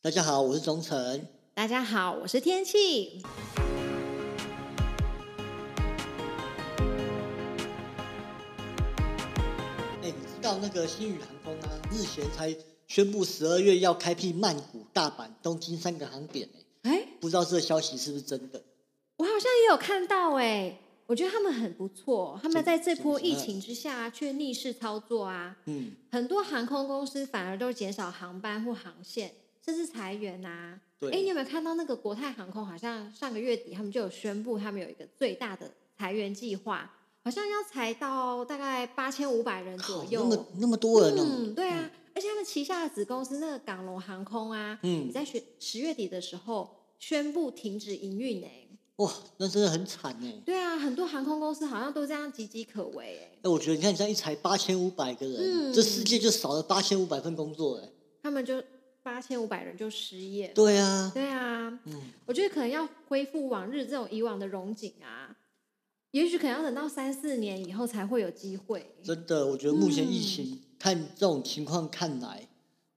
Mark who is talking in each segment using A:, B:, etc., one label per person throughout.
A: 大家好，我是钟诚。
B: 大家好，我是天气。
A: 哎、你知道那个星宇航空啊，日前才宣布十二月要开辟曼谷、大阪、东京三个航点、哎，
B: 哎，
A: 不知道这个消息是不是真的？
B: 我好像也有看到哎、我觉得他们很不错，他们在这波疫情之下却逆势操作啊，
A: 嗯，
B: 很多航空公司反而都减少航班或航线，甚至裁员呐、啊。
A: 对
B: 哎、你有没有看到那个国泰航空好像上个月底他们就有宣布，他们有一个最大的裁员计划，好像要裁到大概八千五百人左
A: 靠，那
B: 右。
A: 么那么多人哦、
B: 嗯，对啊，而且他们旗下的子公司那个港龙航空啊，
A: 嗯，
B: 在学十月底的时候宣布停止营运诶、欸
A: 哇，那真的很惨哎、
B: 对啊，很多航空公司好像都这样岌岌可危欸诶、
A: 哎、我觉得你看，你这样一裁八千五百个人，
B: 嗯
A: 这世界就少了八千五百份工作哎、
B: 他们就八千五百人就失业。
A: 对啊，
B: 对啊，
A: 嗯，
B: 我觉得可能要恢复往日这种以往的荣景啊，也许可能要等到三四年以后才会有机会。
A: 真的，我觉得目前疫
B: 嗯
A: 情、看这种情况看来，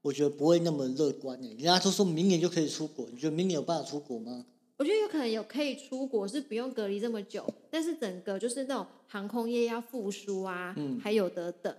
A: 我觉得不会那么乐观哎诶、人家都说明年就可以出国，你觉得明年有办法出国吗？
B: 我觉得有可能有可以出国，是不用隔离这么久，但是整个就是那种航空业要复苏啊，
A: 嗯
B: 还有得等。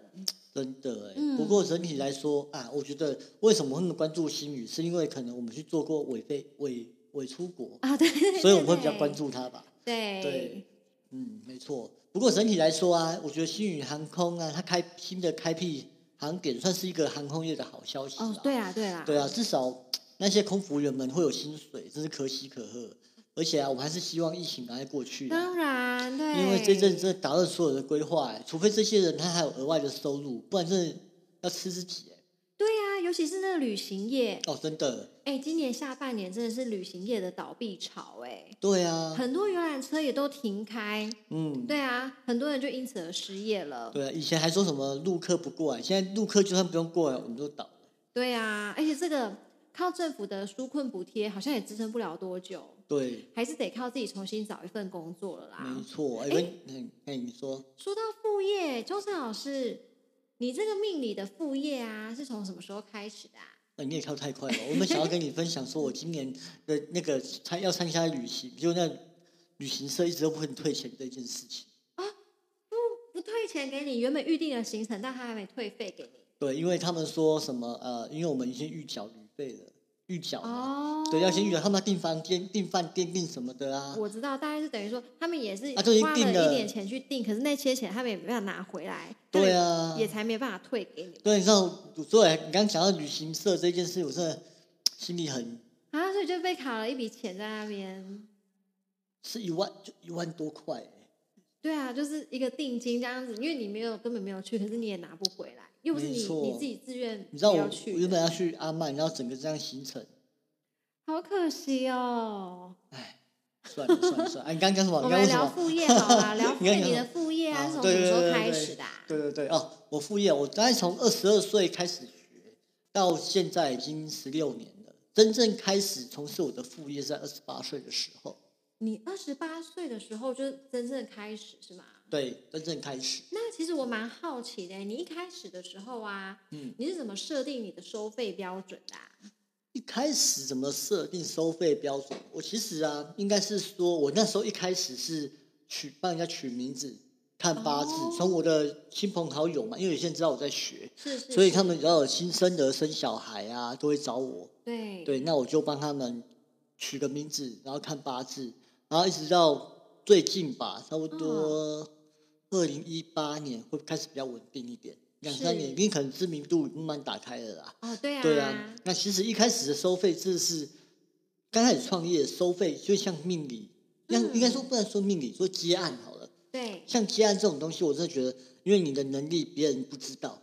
A: 真的哎、
B: 嗯
A: 不过整体来说啊，我觉得为什么会那么关注新语，是因为可能我们去做过伪飞伪伪出国，
B: 啊，对，
A: 所以我们会比较关注它吧。
B: 对。
A: 对嗯，没错。不过整体来说啊，我觉得新宇航空啊，它开新的开辟航点，算是一个航空业的好消息啦
B: 哦，对啊，对啊，
A: 对啊，至少那些空服员们会有薪水，真是可喜可贺。而且啊，我们还是希望疫情赶快过去啊、
B: 当然，对，
A: 因为这阵真的打乱所有的规划、欸，除非这些人他还有额外的收入，不然真的要吃自己、欸。
B: 对啊，尤其是那个旅行业，
A: 哦，真的，
B: 哎，今年下半年真的是旅行业的倒闭潮，哎，
A: 对啊，
B: 很多游览车也都停开，
A: 嗯，
B: 对啊，很多人就因此而失业了，
A: 对啊，以前还说什么陆客不过来，现在陆客就算不用过来，我们都倒了。
B: 对啊，而且这个靠政府的纾困补贴好像也支撑不了多久，
A: 对，
B: 还是得靠自己重新找一份工作了啦
A: 没。错。哎、
B: 哎
A: 欸，哎、哎你说，
B: 说到副业，周成老师，你这个命理的副业啊，是从什么时候开始的、啊？
A: 那你也跳太快了。我们想要跟你分享，说我今年的那个参要参加旅行，就那旅行社一直都不肯退钱这件事情。
B: 不退钱给你，原本预定的行程，但他还没退费给你。
A: 对，因为他们说什么呃，因为我们已经预缴旅费了，预缴嘛，
B: 哦，
A: 对，要先预缴，他们要订房间、订饭店、订什么的啊。
B: 我知道，大概是等于说他们也是
A: 啊就已经
B: 花了
A: 定了
B: 一点钱去订，可是那些钱他们也没办法拿回来，
A: 对，啊，
B: 也才没办法退给你
A: 对，你知道，所以你刚刚讲到旅行社这件事，我真的心里很
B: 们啊，所以就被卡了一笔钱在那边。
A: 是一万就一万多块欸、
B: 对啊，就是一个定金这样子，因为你没有根本没有去，可是你也拿不回来，又不是
A: 没
B: 你
A: 错
B: 你自己自愿
A: 你知道
B: 不
A: 我
B: 要
A: 我
B: 去
A: 原
B: 的，
A: 本要去阿曼，然后整个这样行程，
B: 好可惜哦。
A: 哎，算了算了算了。哎、你刚刚讲什么？
B: 我
A: 你刚
B: 们
A: 刚讲
B: 聊
A: 什么？
B: 副业好啦，聊 副
A: 你刚
B: 业，
A: 刚
B: 你
A: 讲
B: 的副业啊
A: 啊
B: 是从
A: 对
B: 什么时
A: 对
B: 候
A: 对
B: 开
A: 对
B: 始的、啊？
A: 对对对，哦，我副业，我大概从二十二岁开始学，到现在已经十六年了。真正开始从事我的副业是在二十八岁的时候，
B: 你二十八岁的时候就是真正开始是吗？
A: 对，真正开始。
B: 那其实我蛮好奇的，欸你一开始的时候啊，
A: 嗯
B: 你是怎么设定你的收费标准的、啊？
A: 一开始怎么设定收费标准？我其实啊，应该是说我那时候一开始是取帮人家取名字、看八字
B: 哦，
A: 从、我的亲朋好友嘛，因为有些人知道我在学，
B: 是是，
A: 所以
B: 是
A: 他们只要有新生儿、生小孩啊，都会找我。
B: 对
A: 对，那我就帮他们取个名字，然后看八字，然后一直到最近吧，差不
B: 嗯
A: 多二零一八年会开始比较稳定一点，两三年，
B: 是
A: 因为可能知名度慢慢打开了啦。
B: 哦对啊
A: 对啊，那其实一开始的收费制是刚开始创业收费，就像命理，那
B: 嗯
A: 应该说不能说命理，说接案好了。
B: 对
A: 像接案这种东西，我真的觉得，因为你的能力别人不知道，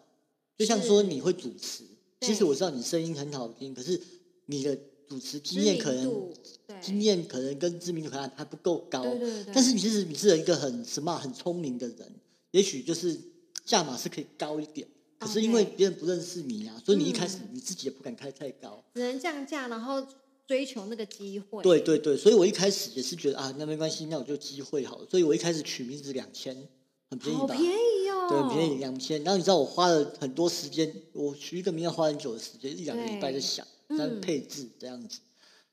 A: 就像说你会主持，
B: 对
A: 其实我知道你声音很好听，可是你的主持经验可
B: 知名
A: 能
B: 度对
A: 经验可能跟知名度可能还不够高，
B: 对对对，
A: 但是你其实你是一个很 smart 很聪明的人，也许就是价码是可以高一点，可是因为
B: OK
A: 别人不认识你啊，所以你一开始
B: 哦嗯
A: 你自己也不敢开太高。
B: 只能降价，然后追求那个机会。
A: 对对对，所以我一开始也是觉得啊，那没关系，那我就机会好了，所以我一开始取名字两千，很便宜
B: 好
A: 吧？
B: 便宜哦，
A: 对，便宜两千。然后你知道我花了很多时间，我取一个名要花很久的时间，一两个礼拜在
B: 对
A: 想。但
B: 嗯
A: 配置这样子。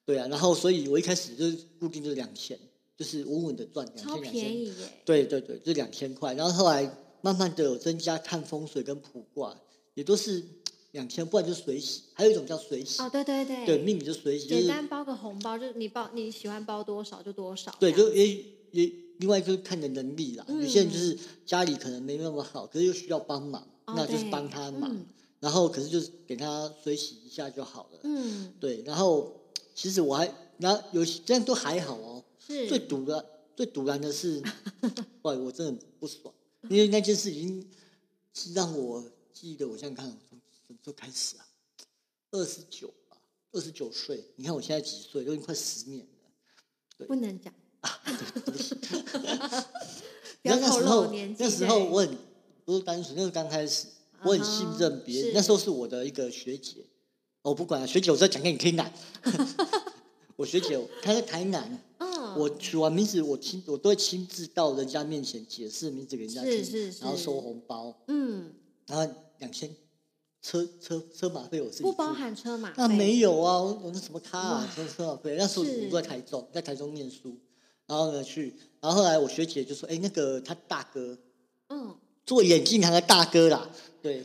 A: 对啊，然后所以我一开始就是固定就两千，就是稳稳的赚两
B: 超
A: 千两
B: 便
A: 千。
B: 宜耶，
A: 对对对，就两千块。然后后来慢慢的有增加看风水跟卜卦，也都是两千，不然就水洗，还有一种叫水洗，
B: 哦，对对对，
A: 对命理就水洗，就
B: 简
A: 是
B: 单包个红包，就是你包你喜欢包多少就多少
A: 对，
B: 这样，
A: 就也也另外就是看你的能力啦。有些人就
B: 嗯
A: 是家里可能没那么好，可是又需要帮忙，
B: 哦
A: 那就是
B: 对
A: 帮他忙。
B: 嗯
A: 然后可是就是给他水洗一下就好了。
B: 嗯
A: 对，然后其实我还，然后有些这样都还好哦。
B: 是
A: 最堵的最堵然的是， 哇，我真的很不爽，因为那件事已经是让我记得，我想想看，我从什么时候开始啊？二十九吧，二十九岁，你看我现在几岁，都已经快十年了。
B: 不能讲，
A: 啊
B: 不
A: 那
B: 要
A: 那
B: 透
A: 时
B: 露
A: 候
B: 年纪，
A: 那时
B: 对
A: 候我很不是单纯，那时候刚开始，我很信任别人。
B: 是
A: 那时候是我的一个学姐，我、不管了，学姐我再讲给你听啦。 我学姐她在台南，
B: 嗯，
A: 我取完名字，我亲我都会亲自到人家面前解释名字给人家听，
B: 是是是
A: 然后收红包，
B: 嗯
A: 然后两千车车车马费我自己
B: 不包
A: 付
B: 含车马费，
A: 那没有啊，我我那什么咖啊
B: 哇，
A: 车车啊，对，那时候
B: 是
A: 我在台中，在台中念书，然后呢去，然后后来我学姐就说，哎、那个她大哥
B: 嗯，
A: 做眼镜行的大哥啦，对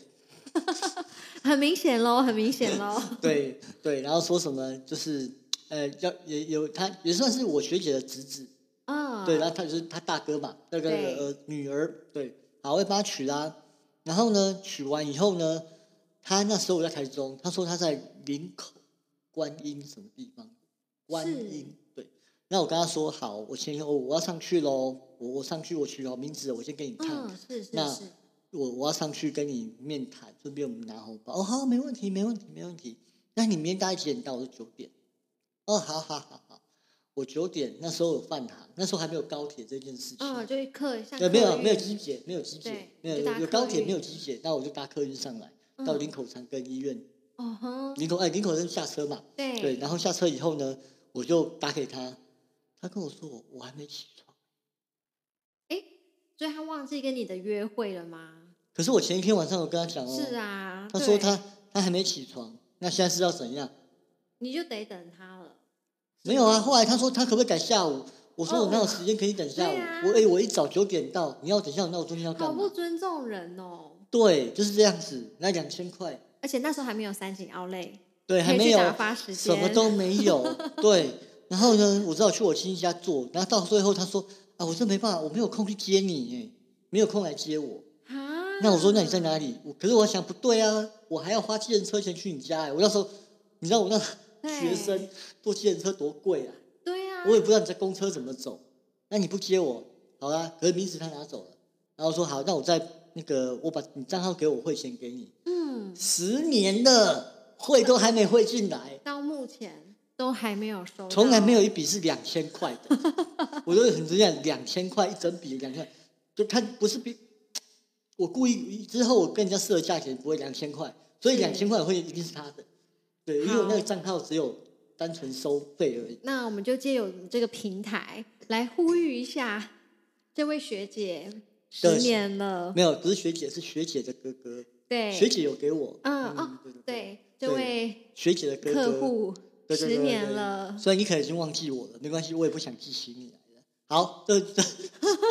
B: 很明显喽，很明显喽，
A: 对对，然后说什么就是呃要也有他也算是我学姐的侄子，
B: 嗯，
A: 对，然后他就是他大哥嘛，那个
B: 对
A: 呃女儿，对，好，我也帮他娶啦。然后呢，娶完以后呢，他那时候我在台中，他说他在林口观音什么地方，观
B: 是
A: 音对。那我跟他说好，我先哦，我要上去喽，我我上去我取好名字了，我先给你看，
B: 嗯，是是
A: 那
B: 是，
A: 我我要上去跟你面谈，顺便我们拿红包。哦，好，没问题，没问题，没问题。那你明天大概几点到？我说九点。哦，好好好好，我九点那时候有饭堂，那时候还没有高铁这件事情。
B: 嗯，就一刻像
A: 对，没
B: 客
A: 有
B: 运
A: 没有机姐，没有机姐
B: 对，
A: 没有
B: 就搭
A: 有有高
B: 客
A: 铁
B: 运嗯
A: 没有机姐，那我就搭客运上来，到林口长庚医院，
B: 哦哼，
A: 林口哎林口站下车嘛，
B: 对
A: 对，然后下车以后呢，我就打给他，他跟我说我我还没起床，
B: 哎，所以他忘记跟你的约会了吗？
A: 可是我前一天晚上有跟他讲哦，
B: 是啊，
A: 他说
B: 对
A: 他他还没起床，那现在是要怎样？
B: 你就得等他了，
A: 没有啊，后来他说他可不可以改下午？我说
B: 哦
A: 我哪有时间可以等下午？
B: 对啊
A: 我哎、我一早九点到，你要等下午，那我中间要
B: 好
A: 干
B: 不
A: 嘛？
B: 尊重人哦。
A: 对，就是这样子，那两千块，
B: 而且那时候还没有三井奥莱，
A: 对，还
B: 可以
A: 没
B: 去
A: 有
B: 打发时间，
A: 什么都没 有，对。然后呢，我只好去我亲戚家做，然后到最后他说啊，我真没办法，我没有空去接你，哎，没有空来接我。
B: 啊。
A: 那我说那你在哪里？我可是我想不对啊，我还要花计程车钱去你家，哎，我那时候你知道我那学生坐计程车多贵啊。
B: 对啊，
A: 我也不知道你在公车怎么走，那你不接我，好啦，可是名字他拿走了，然后说好，那我在那个我把你账号给我汇钱给你，
B: 嗯，
A: 十年了，汇都还没汇进来，
B: 到目前都还没有收到，
A: 从来没有一笔是两千块的， 我都很惊讶，两千块一整笔两千块，就他不是比，我故意之后我跟人家设的价钱不会两千块，所以
B: 是
A: 两千块我会一定是他的，对，因为我那个账号只有单纯收费而已。
B: 那我们就借由你这个平台来呼吁一下这位学姐，十
A: 对
B: 年了，
A: 没有，不是学姐，是学姐的哥哥。
B: 对，
A: 学姐有给我，
B: 哎嗯哦，对，这
A: 对
B: 位
A: 学姐的哥哥
B: 客户
A: 对对对
B: 十
A: 对
B: 年了，
A: 虽然你可能已经忘记我了，没关系，我也不想记起你来了。好，就就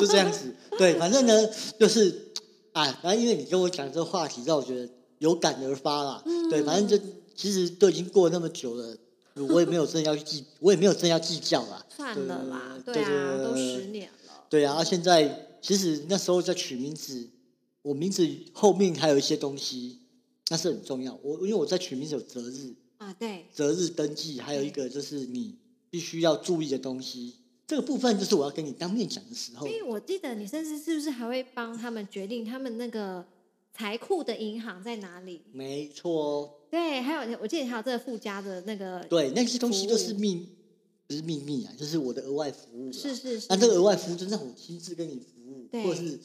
A: 就 这样子，对，反正呢，就是啊，然后因为你跟我讲这个话题，让我觉得有感而发啦。
B: 嗯
A: 对，反正就其实都已经过了那么久了，我也没有真的要去计，我也没有真的要计较啦。
B: 算
A: 对
B: 了啦，
A: 对
B: 对啊，
A: 对
B: 都
A: 对
B: 十年了，
A: 对啊，现在其实那时候在取名字，我名字后面还有一些东西，那是很重要。我因为我在取名字有择日，
B: 啊，对，
A: 择日登记，还有一个就是你必须要注意的东西。这个部分就是我要跟你当面讲的时候
B: 因，为我记得你甚至是不是还会帮他们决定他们那个财库的银行在哪里？
A: 没错哦。
B: 对，还有我记得还有这个附加的那个，
A: 对，那些东西都是
B: 服务
A: 秘，不是秘密啊，就是我的额外服务啦。
B: 是是是，
A: 啊那这个额外服务就让我亲自跟你服务，
B: 对
A: 或是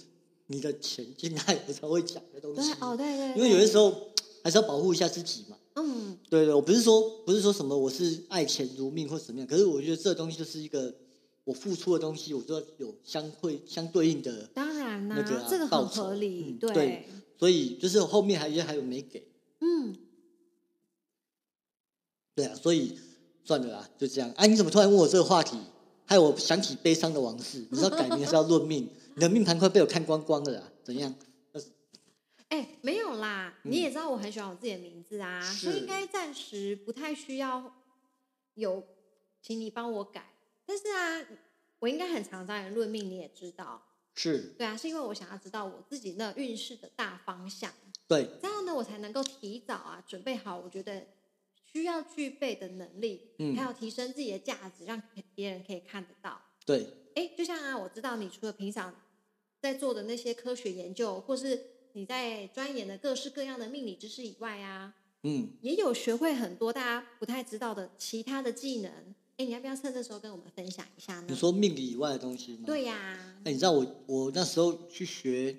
A: 你的钱进来我才会讲的东
B: 对
A: 西。
B: 哦对对，
A: 因为
B: 对
A: 有些时候还是要保护一下自己嘛。
B: 嗯
A: 对对，我不是说不是说什么我是爱钱如命或怎么样，可是我觉得这东西就是一个我付出的东西，我就要有相会相对应的，
B: 当然啦、
A: 那个啊
B: 这个
A: 报
B: 很
A: 酬
B: 合理，
A: 嗯
B: 对，
A: 对所以就是后面还有还有没给，
B: 嗯，
A: 对啊，所以算了啦，就这样。哎、啊，你怎么突然问我这个话题？害我想起悲伤的往事。你知道改名是要论命， 你的命盘快被我看光光了啦，怎样？
B: 哎、没有啦，
A: 嗯
B: 你也知道我很喜欢我自己的名字啊，
A: 是
B: 所以应该暂时不太需要有，请你帮我改。但是啊，我应该很常找你论命，你也知道，
A: 是
B: 对啊，是因为我想要知道我自己的运势的大方向，
A: 对，
B: 这样呢，我才能够提早啊准备好，我觉得需要具备的能力，
A: 嗯
B: 还有提升自己的价值，让别人可以看得到。
A: 对，
B: 哎，就像啊，我知道你除了平常在做的那些科学研究，或是你在钻研的各式各样的命理知识以外啊，
A: 嗯，
B: 也有学会很多大家不太知道的其他的技能。哎，你要不要趁这时候跟我们分享一下
A: 你
B: 呢？
A: 说命理以外的东西吗？
B: 对呀、
A: 哎、你知道我我那时候去学，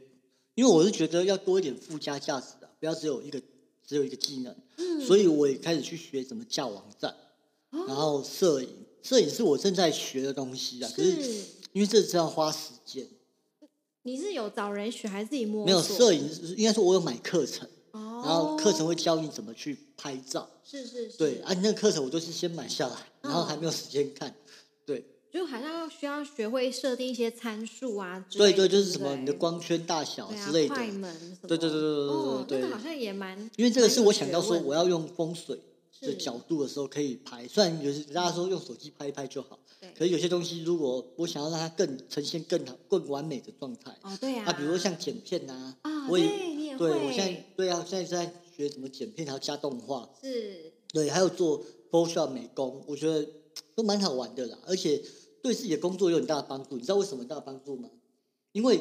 A: 因为我是觉得要多一点附加价值的，不要只有一个只有一个技能，
B: 嗯
A: 所以我也开始去学怎么架网站，然
B: 哦，
A: 后摄影，摄影是我正在学的东西啊。可是
B: 是
A: 因为这是要花时间，
B: 你是有找人学还是自己摸索？
A: 没有摄影是应该说我有买课程，
B: 哦，
A: 然后课程会教你怎么去拍照。
B: 是是是，
A: 对，啊，你那个课程我都是先买下来，然后还没有时间看。对，
B: 就好像要需要学会设定一些参数啊之
A: 对
B: 类
A: 对，
B: 的，
A: 就是什
B: 对
A: 么
B: 不
A: 你的
B: 对
A: 光圈大小
B: 对啊
A: 之类的。
B: 快门什么，
A: 对对对对对
B: 哦
A: 对对
B: 那
A: 对
B: 个好像也蛮，
A: 因为这个是我想到
B: 蛮
A: 说
B: 有学问
A: 我要用风水的
B: 是
A: 角度的时候可以拍，虽然有些大家说用手机拍一拍就好，
B: 对
A: 可是有些东西如果我想要让它更呈现更好、更完美的状态，
B: 哦，对啊，
A: 啊，比如说像剪片呐、
B: 啊，
A: 我也
B: 对，你也会，
A: 对我现在对啊，现在在学怎么剪片，还有加动画，
B: 是
A: 对，还有做 Photoshop 美工，我觉得都蛮好玩的啦，而且对自己的工作有很大的帮助。你知道为什么很大的帮助吗？因为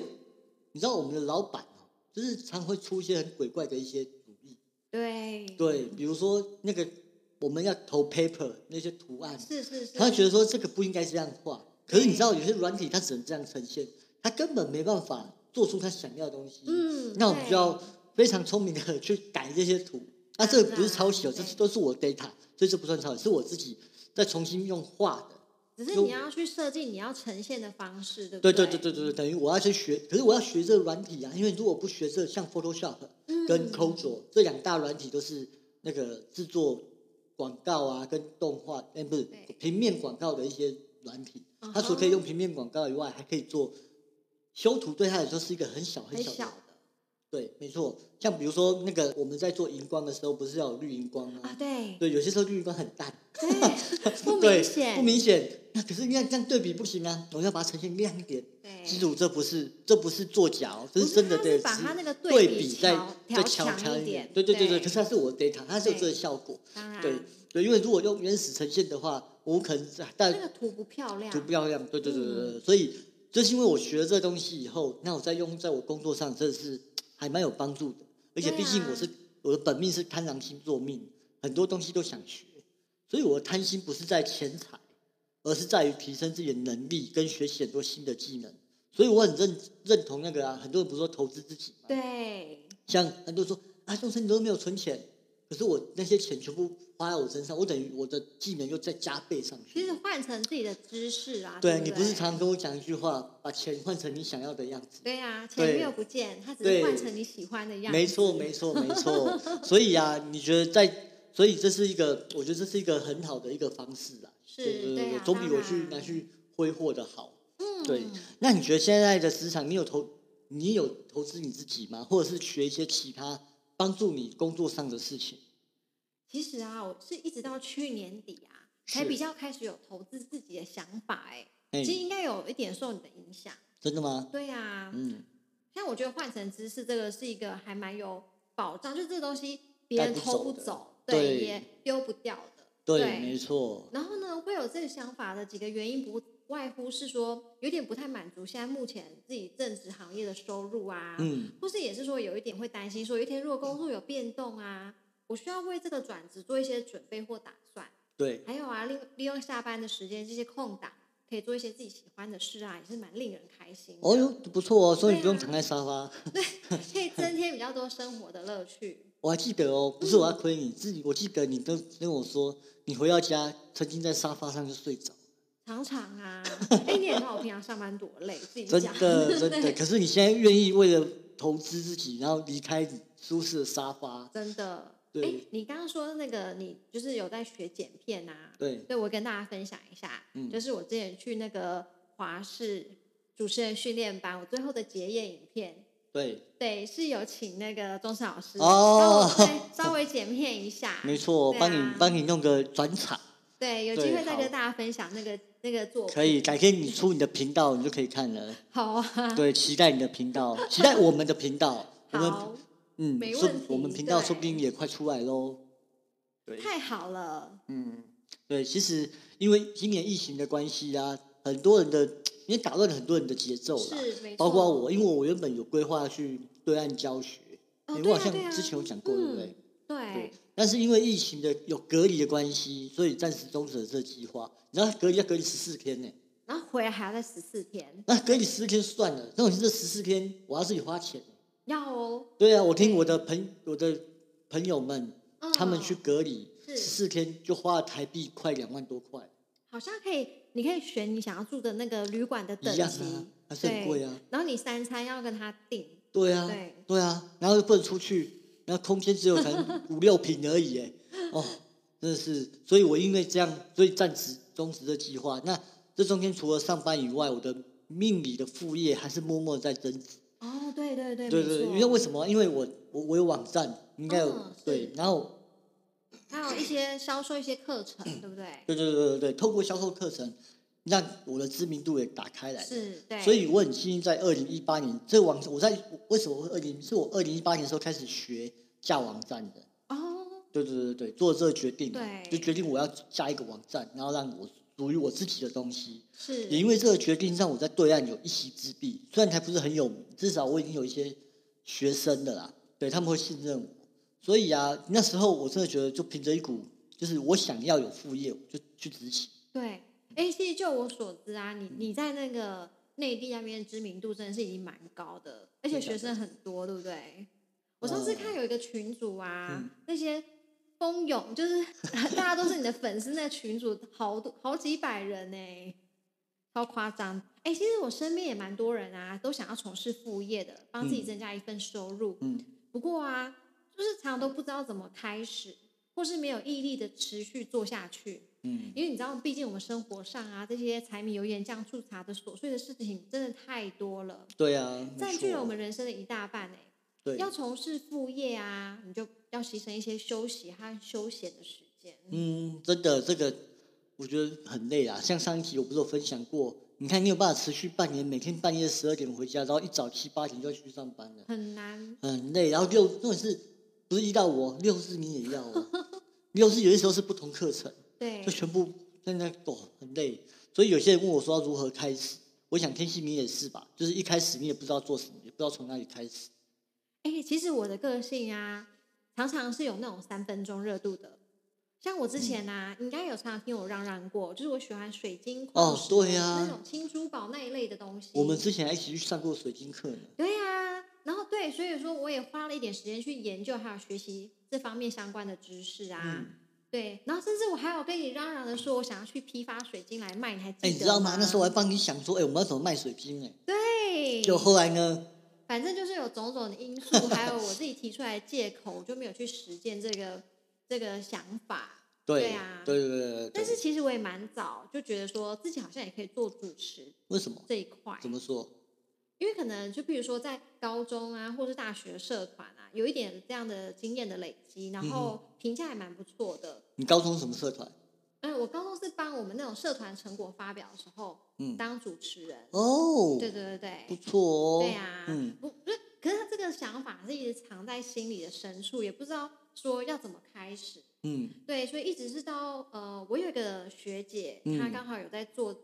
A: 你知道我们的老板哦，就是常会出一些很鬼怪的一些主意。
B: 对
A: 对，比如说那个我们要投 paper 那些图案，
B: 是是是，
A: 他觉得说这个不应该这样画。可是你知道，有些软体它只能这样呈现，它根本没办法做出他想要的东西。
B: 嗯，
A: 那我们
B: 对
A: 就要非常聪明的去改这些图。那、这个不是抄袭哦，这
B: 对啊
A: 都是我 data，所以这不算抄袭，是我自己再重新用画的。
B: 只是
A: 就
B: 你要去设计你要呈现的方式，对不
A: 对对
B: 对
A: 对对对对，等于我要去学，可是我要学这个软体啊，因为如果不学这个像 Photoshop
B: 嗯
A: 跟 Cojo、这两大软体，都是那个制作广告啊跟动画，哎、不是
B: 对
A: 平面广告的一些软体
B: 嗯哼，
A: 它除了可以用平面广告以外，还可以做修图，对它来说是一个很小
B: 很
A: 小的。
B: 小的
A: 对，没错，像比如说那个我们在做荧光的时候，不是要有绿荧光吗？
B: 啊， 对
A: 对，有些时候绿荧光很淡，
B: 对，不
A: 对
B: 明显，
A: 不明显。那可是你看这样对比不行啊，我要把它呈现亮一点。
B: 对，
A: 基础这不是这不是作假哦，这
B: 不
A: 是真的
B: 它
A: 对
B: 是把它那个
A: 对
B: 比
A: 再
B: 调
A: 再
B: 调
A: 强
B: 强
A: 强
B: 一点，
A: 对对对
B: 对
A: 对，啊可是它是我的 data，它是有这个效果，
B: 当然
A: 对对，因为如果用原始呈现的话，我可能
B: 那
A: 但
B: 个图不漂亮，
A: 图漂亮，对对对对对，所以就是因为我学了这东西以后，那我在用在我工作上真的是还蛮有帮助的，而且
B: 对啊
A: 毕竟我是我的本命是贪狼星座命，很多东西都想学，所以我的贪心不是在钱财，而是在于提升自己的能力跟学习很多新的技能。所以我很认认同那个啊，很多人不是说投资自己嘛，
B: 对，
A: 像很多人说啊，众生你都没有存钱，可是我那些钱全部花在我身上，我等于我的技能又再加倍上去。
B: 其实换成自己的知识啊，
A: 对
B: 不
A: 你不是常跟我讲一句话，把钱换成你想要的样子。
B: 对啊，钱
A: 对
B: 没有不见，它只是
A: 对
B: 换成你喜欢的样子。
A: 没错，没错，没错。所以啊，你觉得在，所以这是一个，我觉得这是一个很好的一个方式啦。
B: 是
A: 对对
B: 对啊
A: 总比
B: 当
A: 我去
B: 然
A: 拿去挥霍的好。
B: 嗯，
A: 对，那你觉得现在的市场，你有投，你有投资你自己吗？或者是学一些其他帮助你工作上的事情？
B: 其实啊，我是一直到去年底啊，
A: 是
B: 才比较开始有投资自己的想法、哎、
A: 哎、
B: 其实应该有一点受你的影响。
A: 真的吗？
B: 对啊，
A: 嗯，
B: 像我觉得换成知识这个是一个还蛮有保障，就是这个东西别人
A: 带不
B: 偷
A: 走
B: 不
A: 的
B: 走，
A: 对
B: 也丢不掉的。
A: 对，
B: 对
A: 没错，
B: 然后呢，会有这个想法的几个原因，不外乎是说有点不太满足现在目前自己正职行业的收入啊，
A: 嗯，
B: 或是也是说有一点会担心，说有一天如果工作有变动啊，我需要为这个转职做一些准备或打算。
A: 对，
B: 还有啊，利利用下班的时间这些空档，可以做一些自己喜欢的事啊，也是蛮令人开心的。
A: 哦哟，不错哦，所以你不用
B: 对啊
A: 躺在沙发。
B: 可以增添比较多生活的乐趣。
A: 我还记得哦，不是我要亏你，自己我记得你都跟我说，你回到家曾经在沙发上就睡着，
B: 常常 啊，哎、你也知道我平常上班多累，自己
A: 真
B: 讲。
A: 的真的。可是你现在愿意为了投资自己，然后离开你舒适的沙发，
B: 真的，哎
A: 对，
B: 你刚刚说那个，你就是有在学剪片啊？
A: 对，
B: 对，我跟大家分享一下，
A: 嗯
B: 就是我之前去那个华视主持人训练班，我最后的结业影片，
A: 对，
B: 对，是有请那个钟声老师
A: 哦
B: 帮 我再稍微剪片一下，
A: 没错，哦
B: 对啊
A: 帮你帮你弄个转场，
B: 对，有机
A: 对
B: 会再
A: 好
B: 跟大家分享那个那个作品，
A: 可以，改天你出你的频道，你就可以看了。
B: 好哦 啊，
A: 对，期待你的频道，期待我们的频道，我们
B: 好，
A: 嗯，
B: 没
A: 说
B: 问题
A: 我们频道
B: 对
A: 说不定也快出来喽。对，
B: 太好了，
A: 嗯，对，其实因为今年疫情的关系啊，很多人的也打乱了很多人的节奏啦，
B: 是没错，
A: 包括我，因为我原本有规划去对岸教学，
B: 哦，
A: 诶
B: 对
A: 我
B: 啊
A: 好像
B: 对啊
A: 之前有讲过，对不对
B: 嗯？对
A: 对，但是因为疫情的有隔离的关系，所以暂时终止了这计划。你知道隔离要隔离十四天呢、
B: 然后回来还要再十四天，
A: 那隔离十四天算了，那我这十四天我要自己花钱。
B: 要哦，
A: 对啊，我听我的朋我的朋友们，
B: 嗯
A: 他们去隔离
B: 是
A: 十四天，就花了台币快两万多块，
B: 好像可以，你可以选你想要住的那个旅馆的等
A: 一样啊
B: 级，，
A: 还是很贵啊。
B: 然后你三餐要跟他订，
A: 对啊，
B: 对
A: 对啊，然后又不能出去，然后空间只有才五六平而已，哎，哦，真的是，所以我因为这样，所以暂时终止这计划。那这中间除了上班以外，我的命理的副业还是默默地在增值。
B: 哦，对对对
A: 对对，
B: 没
A: 因
B: 错
A: 为为什么？因为我我我有网站，应该有、
B: 嗯是
A: 对，然后
B: 还有一些销售一些课程，对不对？
A: 对对对对对，透过销售课程，让我的知名度也打开来了。
B: 是，对，
A: 所以我很幸运，在二零一八年，这网我在为什么会二零？是我二零一八年的时候开始学架网站的。
B: 哦，
A: 对对对对，做这个决定，
B: 对
A: 就决定我要下一个网站，然后让我属于我自己的东西。
B: 是，
A: 也因为这个决定，让我在对岸有一席之地，虽然还不是很有名，至少我已经有一些学生的啦，对他们会信任我。所以啊，那时候我真的觉得，就凭着一股就是我想要有副业，我就去执行。
B: 对，哎，其实就我所知啊，你你在那个内地那边知名度真的是已经蛮高的，而
A: 真
B: 且
A: 的
B: 学生很多，对不对？我上
A: 嗯
B: 次看有一个群主啊，
A: 嗯
B: 那些蜂拥，就是 大家都是你的粉丝，那个群主好多好几百人呢、超夸张。哎、其实我身边也蛮多人啊，都想要从事副业的，帮自己
A: 嗯
B: 增加一份收入。
A: 嗯，
B: 不过啊，就是常常都不知道怎么开始，或是没有毅力的持续做下去。
A: 嗯，
B: 因为你知道，毕竟我们生活上啊，这些柴米油盐酱醋茶的琐碎的事情真的太多了，
A: 对啊，没
B: 占据
A: 错
B: 了我们人生的一大半哎、
A: 对，
B: 要从事副业啊，你就要牺牲一些休息和休闲的时间。
A: 嗯，真的，这个我觉得很累啊。像上一集我不是有分享过，你看你有办法持续半年，每天半夜十二点回家，然后一早七八点就要去上班了，
B: 很难，
A: 很累。然后六重点是不是一到我，六日你也要啊。六日有些时候是不同课程，
B: 对
A: 就，全部在那哦，很累。所以有些人问我说要如何开始，我想天心你也是吧，就是一开始你也不知道做什么，也不知道从哪里开始。
B: 哎、其实我的个性啊，常常是有那种三分钟热度的。像我之
A: 嗯
B: 前啊，应该有常常听我嚷嚷过，就是我喜欢水晶矿
A: 哦
B: 石、
A: 对
B: 那
A: 啊
B: 种青珠宝那一类的东西。
A: 我们之前还一起去上过水晶课呢。
B: 对呀、然后对，所以说我也花了一点时间去研究还有学习这方面相关的知识啊。
A: 嗯，
B: 对，然后甚至我还有跟你嚷嚷的说，我想要去批发水晶来卖，你还记得
A: 哎、你知道吗？那时候我还帮你想说，哎、我们要怎么卖水晶、哎。
B: 对，
A: 就后来呢，
B: 反正就是有种种的因素，还有我自己提出来的借口，我就没有去实践这个这个想法。对
A: 对
B: 啊
A: 对对对对对
B: 但是其实我也蛮早就觉得说自己好像也可以做主持
A: 为什么？
B: 这一块，
A: 怎么说？
B: 因为可能就比如说在高中啊，或是大学社团啊，有一点这样的经验的累积，
A: 嗯
B: 然后评价也蛮不错的。
A: 你高中什么社团？
B: 哎、我高中是帮我们那种社团成果发表的时候
A: 嗯，
B: 当主持人，
A: 哦，
B: 对对对对，
A: 不错哦。
B: 对啊，
A: 嗯，
B: 不，不是可是这个想法是一直藏在心里的深处，也不知道说要怎么开始。
A: 嗯
B: 对，所以一直是到呃，我有一个学姐，
A: 嗯
B: 她刚好有在做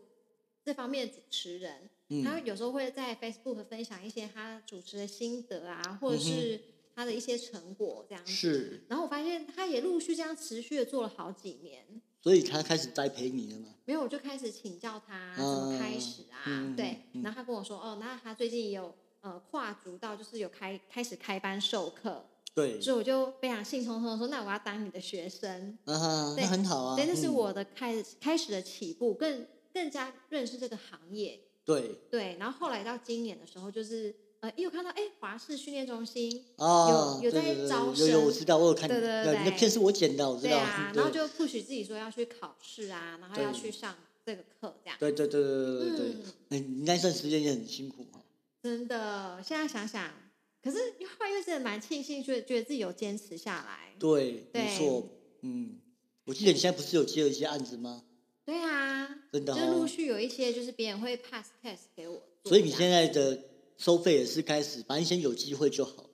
B: 这方面的主持人，她
A: 嗯
B: 有时候会在 Facebook 分享一些她主持的心得啊，
A: 嗯
B: 或者是她的一些成果这样子。
A: 是，
B: 然后我发现她也陆续这样持续的做了好几年，
A: 所以他开始栽培你了嘛？
B: 没有我就开始请教她怎么开始啊，
A: 嗯
B: 对。
A: 嗯
B: 然后她跟我说，哦，那她最近也有呃跨足到就是有开开始开班授课，
A: 对，
B: 所以我就非常兴冲冲的说，那我要当你的学生。
A: 啊，
B: 对
A: 那很好啊。
B: 对，那是
A: 嗯
B: 我的开开始的起步，更更加认识这个行业。
A: 对，
B: 对，然后后来到今年的时候，就是呃，有看到哎，华视训练中心，
A: 啊，
B: 有
A: 对
B: 有在
A: 对对
B: 招
A: 有有
B: 生
A: 我知道，我有看，
B: 对对对
A: 那你的
B: 对
A: 片是我剪的，我知
B: 对
A: 道，嗯
B: 啊，然后就 push 自己说要去考试啊，然后要
A: 对
B: 去上这个课这样。
A: 对对对对对对对
B: 嗯，
A: 哎你那段时间也很辛苦啊哈，
B: 真的，现在想想，可是后来又真的蛮庆幸，觉得觉得自己有坚持下来。
A: 对，
B: 对
A: 没错，嗯，我记得你现在不是有接了一些案子吗？
B: 对啊，
A: 真的
B: 就陆
A: 哦，
B: 续有一些就是别人会 pass test 给我做这样，
A: 所以你现在的收费也是开始，反正先有机会就好。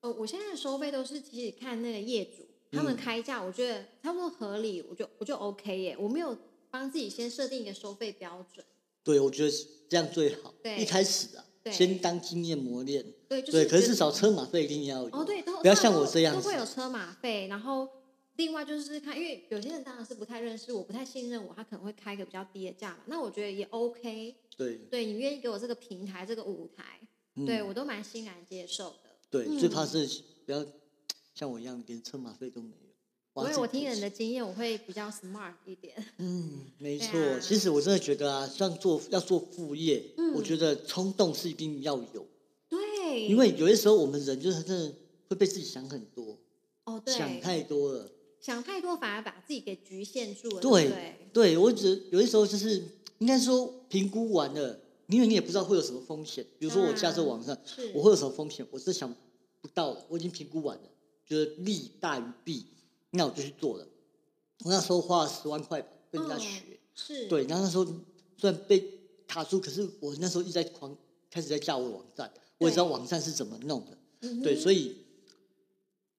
B: 呃，我现在的收费都是其实看那个业主他们
A: 嗯
B: 开价，我觉得差不多合理，我就我就 OK 耶，我没有帮自己先设定一个收费标准。
A: 对，我觉得是这样最好。
B: 对
A: 一开始啊，
B: 对
A: 先当经验磨练。
B: 对，就是
A: 对，可是
B: 觉
A: 至
B: 得
A: 少车马费一定要有。
B: 哦，对，都
A: 不要
B: 通常
A: 像
B: 都
A: 我这样
B: 都会
A: 子
B: 有车马费，然后另外就是看，因为有些人当然是不太认识我，不太信任我，他可能会开一个比较低的价嘛，那我觉得也 OK，
A: 对
B: 对你愿意给我这个平台这个舞台，
A: 嗯
B: 对我都蛮欣然接受的。
A: 对
B: 嗯
A: 最怕是不要像我一样连车马费都没有。哇
B: 因为
A: 这
B: 我
A: 个
B: 听
A: 可
B: 人
A: 惜
B: 的经验，我会比较 smart 一点。
A: 嗯，没
B: 对
A: 错。
B: 啊
A: 其实我真的觉得啊，像做要做副业，我
B: 嗯
A: 觉得冲动是一定要有，
B: 对，
A: 因为有些时候我们人就是真的会被自己想很多，
B: 哦，对，
A: 想太多了。
B: 想太多反而把自己给局限住了，对
A: 对
B: 不对？
A: 对我只有些时候就是应该说评估完了，因为你也不知道会有什么风险。比如说我下周网上，
B: 是，
A: 我会有什么风险，我是想不到的，我已经评估完了，觉得利大于弊，那我就去做了。我那时候花了十万块吧跟人家
B: 嗯
A: 学，
B: 是，
A: 对，然后那时候虽然被卡住，可是我那时候一直在狂开始在架我的网站，我也知道网站是怎么弄的，
B: 嗯
A: 对，
B: 哼
A: 所以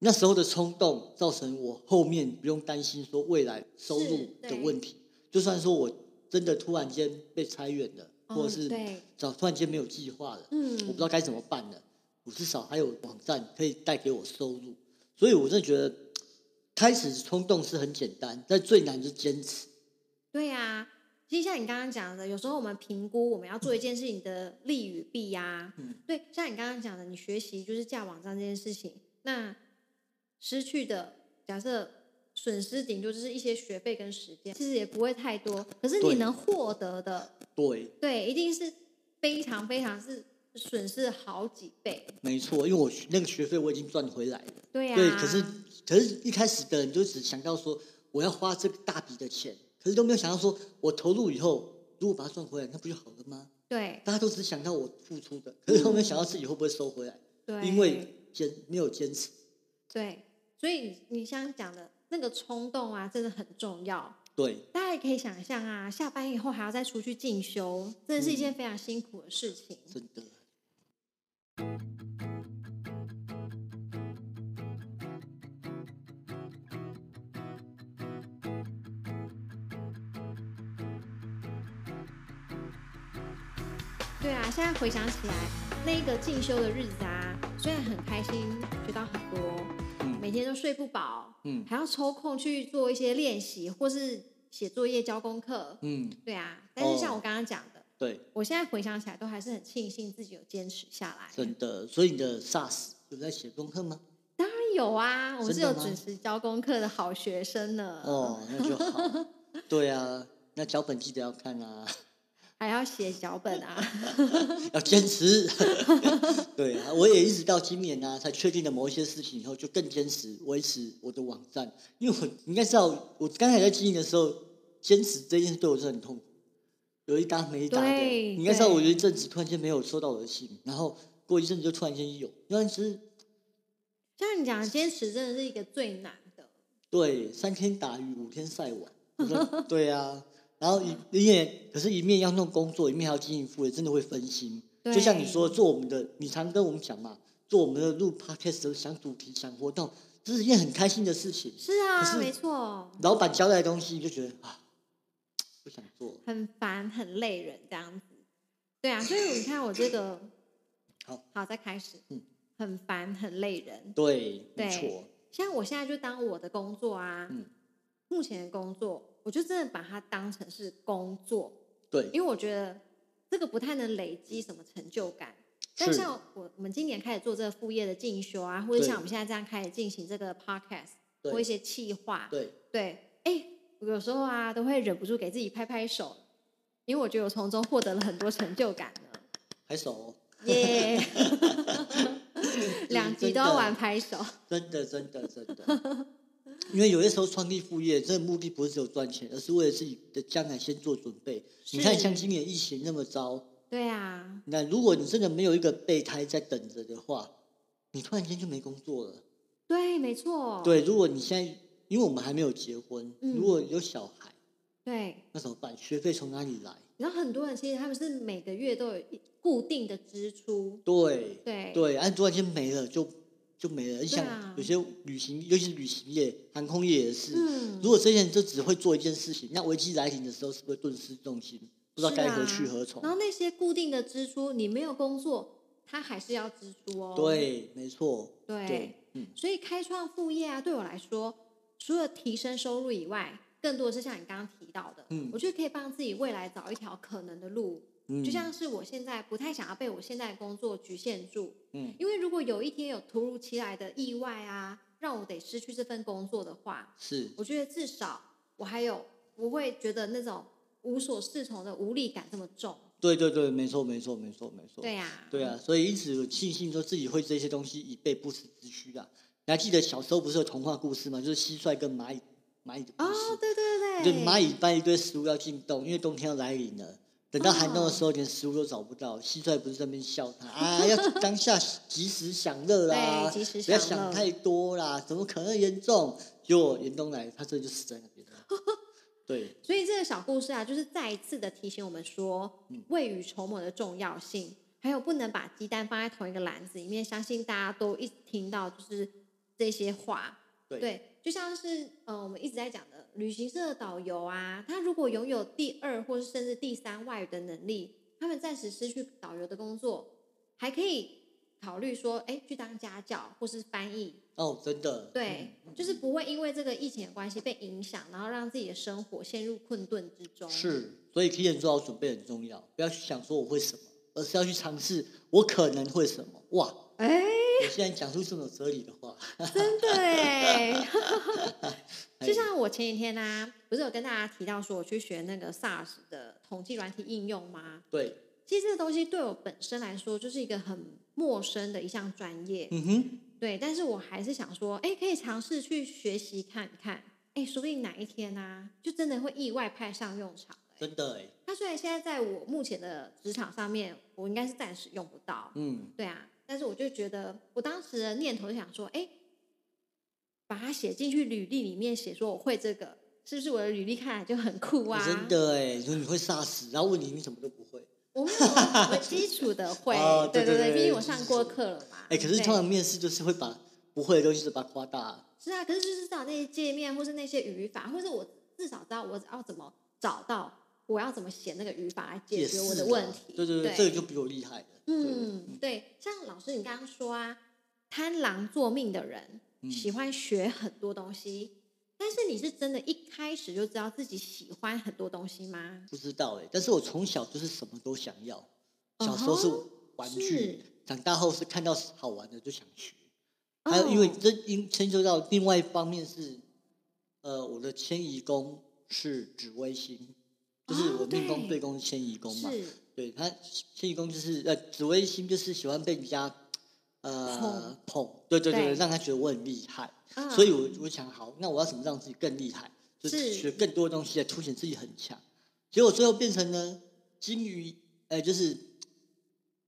A: 那时候的冲动造成我后面不用担心说未来收
B: 是
A: 入的
B: 对
A: 问题。就算说我真的突然间被裁员了，或者
B: 哦
A: 是
B: 对，
A: 早突然间没有计划了，
B: 嗯，
A: 我不知道该怎么办了。我至少还有网站可以带给我收入，所以我真的觉得开始冲动是很简单，但最难就是坚持。
B: 对呀、其实像你刚刚讲的，有时候我们评估我们要做一件事情的利与弊呀、
A: 嗯
B: 对，像你刚刚讲的，你学习就是架网站这件事情，那失去的假设损失顶多就是一些学费跟时间，其实也不会太多。可是你
A: 对
B: 能获得的，
A: 对，
B: 对，一定是非常非常是损失好几倍。
A: 没错，因为我学那个学费我已经赚回来了。
B: 对啊呀、
A: 对，可是可是一开始的人就只想到说我要花这个大笔的钱，可是都没有想到说我投入以后，如果把它赚回来，那不就好了吗？
B: 对
A: 大家都只想到我付出的，可是都没有想到自己会不会收回来，
B: 对，
A: 因为坚没有坚持。
B: 对，所以你你像讲的那个冲动啊，真的很重要。
A: 对，
B: 大家也可以想象啊，下班以后还要再出去进修，真的是
A: 嗯
B: 一件非常辛苦的事情。
A: 真的。
B: 对啊，现在回想起来，那个进修的日子啊，虽然很开心，学到很多，
A: 嗯
B: 每天都睡不饱，
A: 嗯
B: 还要抽空去做一些练习或是写作业、交功课。
A: 嗯，
B: 对啊，但是像
A: 哦
B: 我刚刚讲的，
A: 对，
B: 我现在回想起来，都还是很庆幸自己有坚持下来。
A: 真的。所以你的 SARS 有在写功课吗？
B: 当然有啊，我是
A: 真
B: 有
A: 的吗
B: 准时交功课的好学生呢。
A: 哦，那就好。 对啊，那脚本记得要看啊。
B: 还要写脚本啊。
A: 要坚持。 对啊，我也一直到今年呢、才确定了某一些事情以后，就更坚持维持我的网站。因为我应该知道，我刚才在经营的时候，坚持这件事对我是很痛苦，有一搭没一搭的。你
B: 对
A: 应该知道，
B: 对
A: 我有一阵子突然间没有收到我的信，然后过一阵子就突然间有，那其实
B: 像你讲的，坚持真的是一个最难的。
A: 对三天打鱼五天晒网，我说对啊。然后一一面，可是一面要弄工作，一面还要经营副业，真的会分心。
B: 对
A: 就像你说，做我们的，你常跟我们讲嘛，做我们的录 podcast 的想主题、想活动，这是一件很开心的事情。
B: 是啊，
A: 可是
B: 没错，
A: 老板交代的东西，你就觉得啊，不想做。
B: 很烦，很累人这样子。对啊，所以你看我这个，
A: 好，
B: 好，再开始，
A: 嗯
B: 很烦，很累人。
A: 对，
B: 对
A: 没错，
B: 像我现在就当我的工作啊，
A: 嗯
B: 目前的工作，我就真的把它当成是工作，
A: 对，
B: 因为我觉得这个不太能累积什么成就感。但
A: 是
B: 像我我们今年开始做这个副业的进修啊，或者
A: 对
B: 像我们现在这样开始进行这个 podcast 或
A: 对，
B: 一些企划，
A: 对，
B: 对，哎，我有时候啊都会忍不住给自己拍拍手，因为我觉得我从中获得了很多成就感呢。
A: 还手哦，
B: 耶！两集都要玩拍手，
A: 真的，真的，真的。因为有些时候创立副业，这目的不是只有赚钱，而是为了自己的将来先做准备。你看，
B: 是
A: 像今年疫情那么糟，
B: 对啊，
A: 那如果你真的没有一个备胎在等着的话，你突然间就没工作了。
B: 对，没错，
A: 对，如果你现在，因为我们还没有结婚，
B: 哦嗯
A: 如果有小孩，
B: 对。
A: 那怎么办？学费从哪里来？
B: 然后很多人其实他们是每个月都有一固定的支出，
A: 对，
B: 对，
A: 对，按突然间没了就就没了。你想，
B: 啊
A: 有些旅行，尤其是旅行业、航空业也是，
B: 嗯
A: 如，果这些人就只会做一件事情，那危机来临的时候是不是会顿时重心，不知道
B: 是
A: 该何
B: 啊
A: 去何从？
B: 然后那些固定的支出，你没有工作，他还是要支出哦。
A: 对，没错，
B: 对
A: 对，嗯，
B: 所以开创副业啊，对我来说，除了提升收入以外，更多的是像你刚刚提到的，
A: 嗯
B: 我觉得可以帮自己未来找一条可能的路。
A: 嗯
B: 就像是我现在不太想要被我现在的工作局限住，
A: 嗯，
B: 因为如果有一天有突如其来的意外啊，让我得失去这份工作的话，
A: 是
B: 我觉得至少我还有不会觉得那种无所适从的无力感这么重。
A: 对对对，没错没错没错没错，
B: 对呀、
A: 对啊，所以一直有庆幸说自己会这些东西以备不时之需啊。你还记得小时候不是有童话故事吗？就是蟋蟀跟蚂蚁蚂蚁的故
B: 哦，
A: 事，
B: 对对对，
A: 就蚂蚁搬一堆食物要进洞，因为冬天要来临了。等到寒冬的
B: 哦
A: 时候，连食物都找不到，蟋蟀不是在那边笑它啊，要当下及时享乐啦，
B: 对及时
A: 不要
B: 享
A: 想
B: 乐
A: 太多啦，怎么可能严重？结果严冬来，它真的就死在那边了。 对，
B: 所以这个小故事啊，就是再一次的提醒我们说
A: 嗯，
B: 未雨绸缪的重要性，还有不能把鸡蛋放在同一个篮子里面。相信大家都一直听到就是这些话，
A: 对
B: 就像是呃我们一直在讲的，旅行社的导游啊，他如果拥有第二或是甚至第三外语的能力，他们暂时失去导游的工作，还可以考虑说，哎，去当家教或是翻译，
A: 哦，真的，
B: 对，
A: 嗯
B: 就是不会因为这个疫情的关系被影响，然后让自己的生活陷入困顿之中。，
A: 是，所以提前做好准备很重要，不要去想说我会什么，而是要去尝试我可能会什么。哇，
B: 哎，
A: 我现在讲出这么有哲理的话，
B: 真的 哎。
A: 哎
B: 就像我前几天呢、啊不是有跟大家提到说我去学那个 SARS 的统计软体应用吗？
A: 对，
B: 其实这个东西对我本身来说就是一个很陌生的一项专业，
A: 嗯哼，
B: 对，但是我还是想说，哎，可以尝试去学习看看，哎，说不定哪一天呢、啊就真的会意外派上用场哎。
A: 真的哎，
B: 它虽然现在在我目前的职场上面，我应该是暂时用不到，
A: 嗯，
B: 对啊，但是我就觉得我当时的念头就想说，哎，把它写进去履历里面，写说我会这个，是不是我的履历看起来就很酷啊？
A: 真，的哎，你说你会杀死，然后问你你怎么都不会，
B: 我没有我基础的会，
A: 哦对
B: 对
A: 对对
B: 对，毕竟
A: 对
B: 我上过课了嘛。
A: 哎，可是
B: 对
A: 通常面试就是会把不会的东西就把它夸大，
B: 是啊，可是就是至少那些界面或是那些语法，或是我至少知道我要怎么找到。我要怎么写那个语法来解
A: 也
B: 决
A: 是
B: 我的
A: 啊
B: 问题？
A: 对对
B: 对
A: 对，这个就比我厉害了，对，
B: 嗯，对，像老师你刚刚说啊，贪狼做命的人、
A: 嗯
B: 喜欢学很多东西，但是你是真的一开始就知道自己喜欢很多东西吗？
A: 不知道哎，但是我从小就是什么都想要，小时候是
B: 嗯哼
A: 玩
B: 是
A: 具，长大后是看到好玩的就想学。还有因为
B: 哦
A: 这因牵涉到另外一方面是，呃，我的迁移宫是紫微星，就是
B: 哦
A: 我命宫
B: 对
A: 对宫是迁移宫嘛，
B: 是
A: 对，它迁移宫就是呃紫微星就是喜欢被人家呃捧，对对对，
B: 对
A: 让他觉得我很厉害，
B: 嗯
A: 所以我我想好，那我要怎么让自己更厉害，就是
B: 是
A: 学更多东西来凸显自己很强，结果最后变成呢金鱼，呃，就是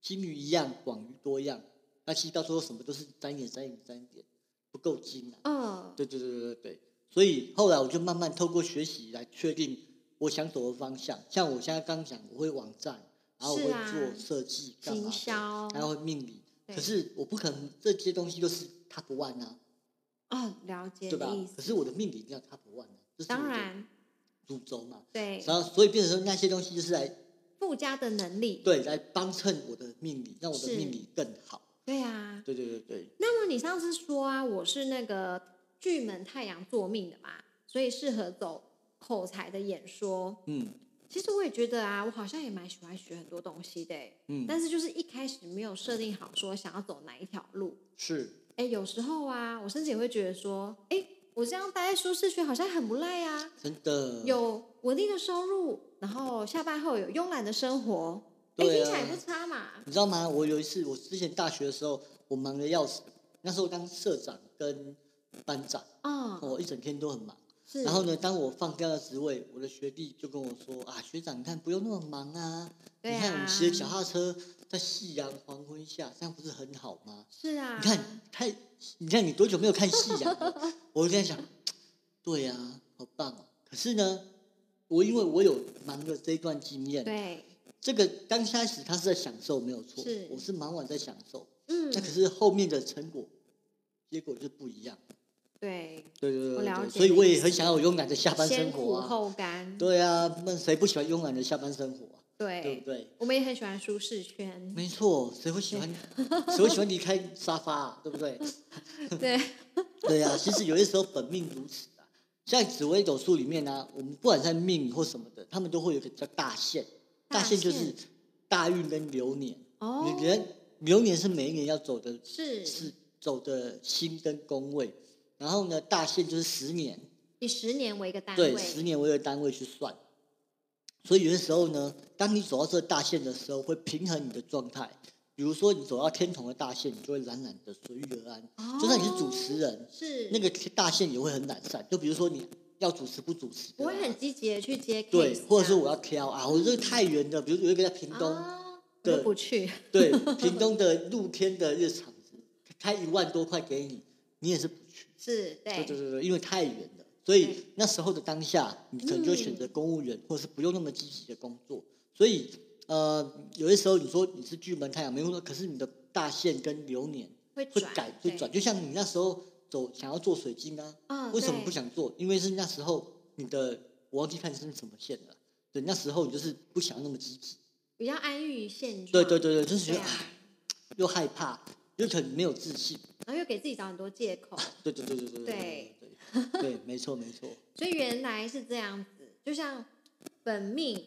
A: 金鱼一样，广鱼多样，那其实到最后什么都是沾一点沾一点沾一点，不够精啊。
B: 嗯，
A: 对对对对对对，所以后来我就慢慢透过学习来确定我想走的方向。像我现在刚讲，我会网站，然后我
B: 是
A: 会
B: 啊
A: 做设计、干嘛
B: 行
A: 的，
B: 销
A: 然后会命理。
B: 对
A: 可是我不可能这些东西都是 top one 啊，
B: 哦，了解
A: 对
B: 你
A: 吧
B: 的意？思。
A: 可是我的命理一定要 top one 啊，这是
B: 当
A: 我的
B: 然，
A: 主轴嘛。
B: 对
A: 然后所以变成说那些东西就是来
B: 附加的能力，
A: 对来帮衬我的命理，让我的
B: 是
A: 命理更好。
B: 对啊。
A: 对对对对，
B: 那么你上次说啊，我是那个巨门太阳做命的嘛，所以适合走口才的演说。
A: 嗯
B: 其实我也觉得啊，我好像也蛮喜欢学很多东西的欸、
A: 嗯
B: 但是就是一开始没有设定好说想要走哪一条路。
A: 是，
B: 哎，有时候啊，我甚至也会觉得说，哎，我这样待在舒适圈好像很不赖啊，
A: 真的
B: 有稳定的收入，然后下班后有慵懒的生活，哎、
A: 对
B: 听起来也
A: 啊
B: 不，差嘛。
A: 你知道吗？我有一次，我之前大学的时候，我忙的要死，那时候当社长跟班长，哦
B: 嗯，
A: 我一整天都很忙。
B: 是。
A: 然后呢，当我放掉了职位，我的学弟就跟我说啊，学长，你看不用那么忙啊，
B: 对
A: 你看我们
B: 啊
A: 骑着脚踏车在夕阳黄昏下，这样不是很好吗？
B: 是啊，
A: 你看，看，你看你多久没有看夕阳了？ 我就在想，对呀、好棒哦。可是呢，我因为我有忙的这一段经验，
B: 对，
A: 这个刚开始他是在享受没有错，
B: 是
A: 我是忙完在享受，
B: 嗯
A: 那，可是后面的成果结果就不一样。
B: 对，
A: 对对对
B: 我
A: 对
B: 了
A: 对，
B: 解
A: 所以
B: 你
A: 我
B: 的
A: 也
B: 意
A: 很
B: 思
A: 想要有勇敢的下班生
B: 先苦
A: 活啊。
B: 后甘，
A: 对啊，那谁不喜欢慵懒的下班生活啊？
B: 对
A: 对不对？
B: 我们也很喜欢舒适圈，
A: 没错，谁会喜欢？ 谁会喜欢离开沙发、啊？对不 对？
B: 对，
A: 对啊，其实有些时候本命如此啊。像紫微斗数里面呢、啊我们不管在命或什么的，他们都会有一个叫大限。
B: 大
A: 大限就
B: 限
A: 是大运跟流年。
B: 哦，
A: 你人流年是每一年要走的，
B: 是
A: 是走的星跟宫位。然后呢，大限就是十年。
B: 以十年为一个单位，
A: 对，十年为一个单位去算。所以有些时候呢，当你走到这个大线的时候，会平衡你的状态。比如说，你走到天童的大线，你就会懒懒的随遇而安。就算你是主持人
B: 哦，，是
A: 那个大线也会很懒散。就比如说你要主持不主持的啊，
B: 不会很积极的去接 case 这
A: 对
B: 样，，
A: 或者是我要挑啊，我这个太远的，比如有一个在屏东，
B: 啊，我
A: 对
B: 就不去，
A: 对，屏东的露天的日场子，开一万多块给你，你也是不去。
B: 是对嗯
A: 对对对对，因为太远了，所以
B: 对
A: 那时候的当下，你可能就选择公务员，或是不用那么积极的工作。所以呃，有些时候你说你是巨门太阳没工作，可是你的大限跟流年
B: 会
A: 会
B: 转
A: 改会转，，就像你那时候走想要做水晶啊，
B: 对嗯，
A: 为什么
B: 对
A: 不？想做？因为是那时候你的我忘记看是什么线了。对，那时候你就是不想那么积极。
B: 比较安于现状，
A: 对对，对对，就是觉
B: 嗯对
A: 得
B: 啊，
A: 啊又害怕，又可能没有自信。
B: 然后又给自己找很多借口，
A: 对对对对对对对对，对，没错没错。
B: 所以原来是这样子，就像本命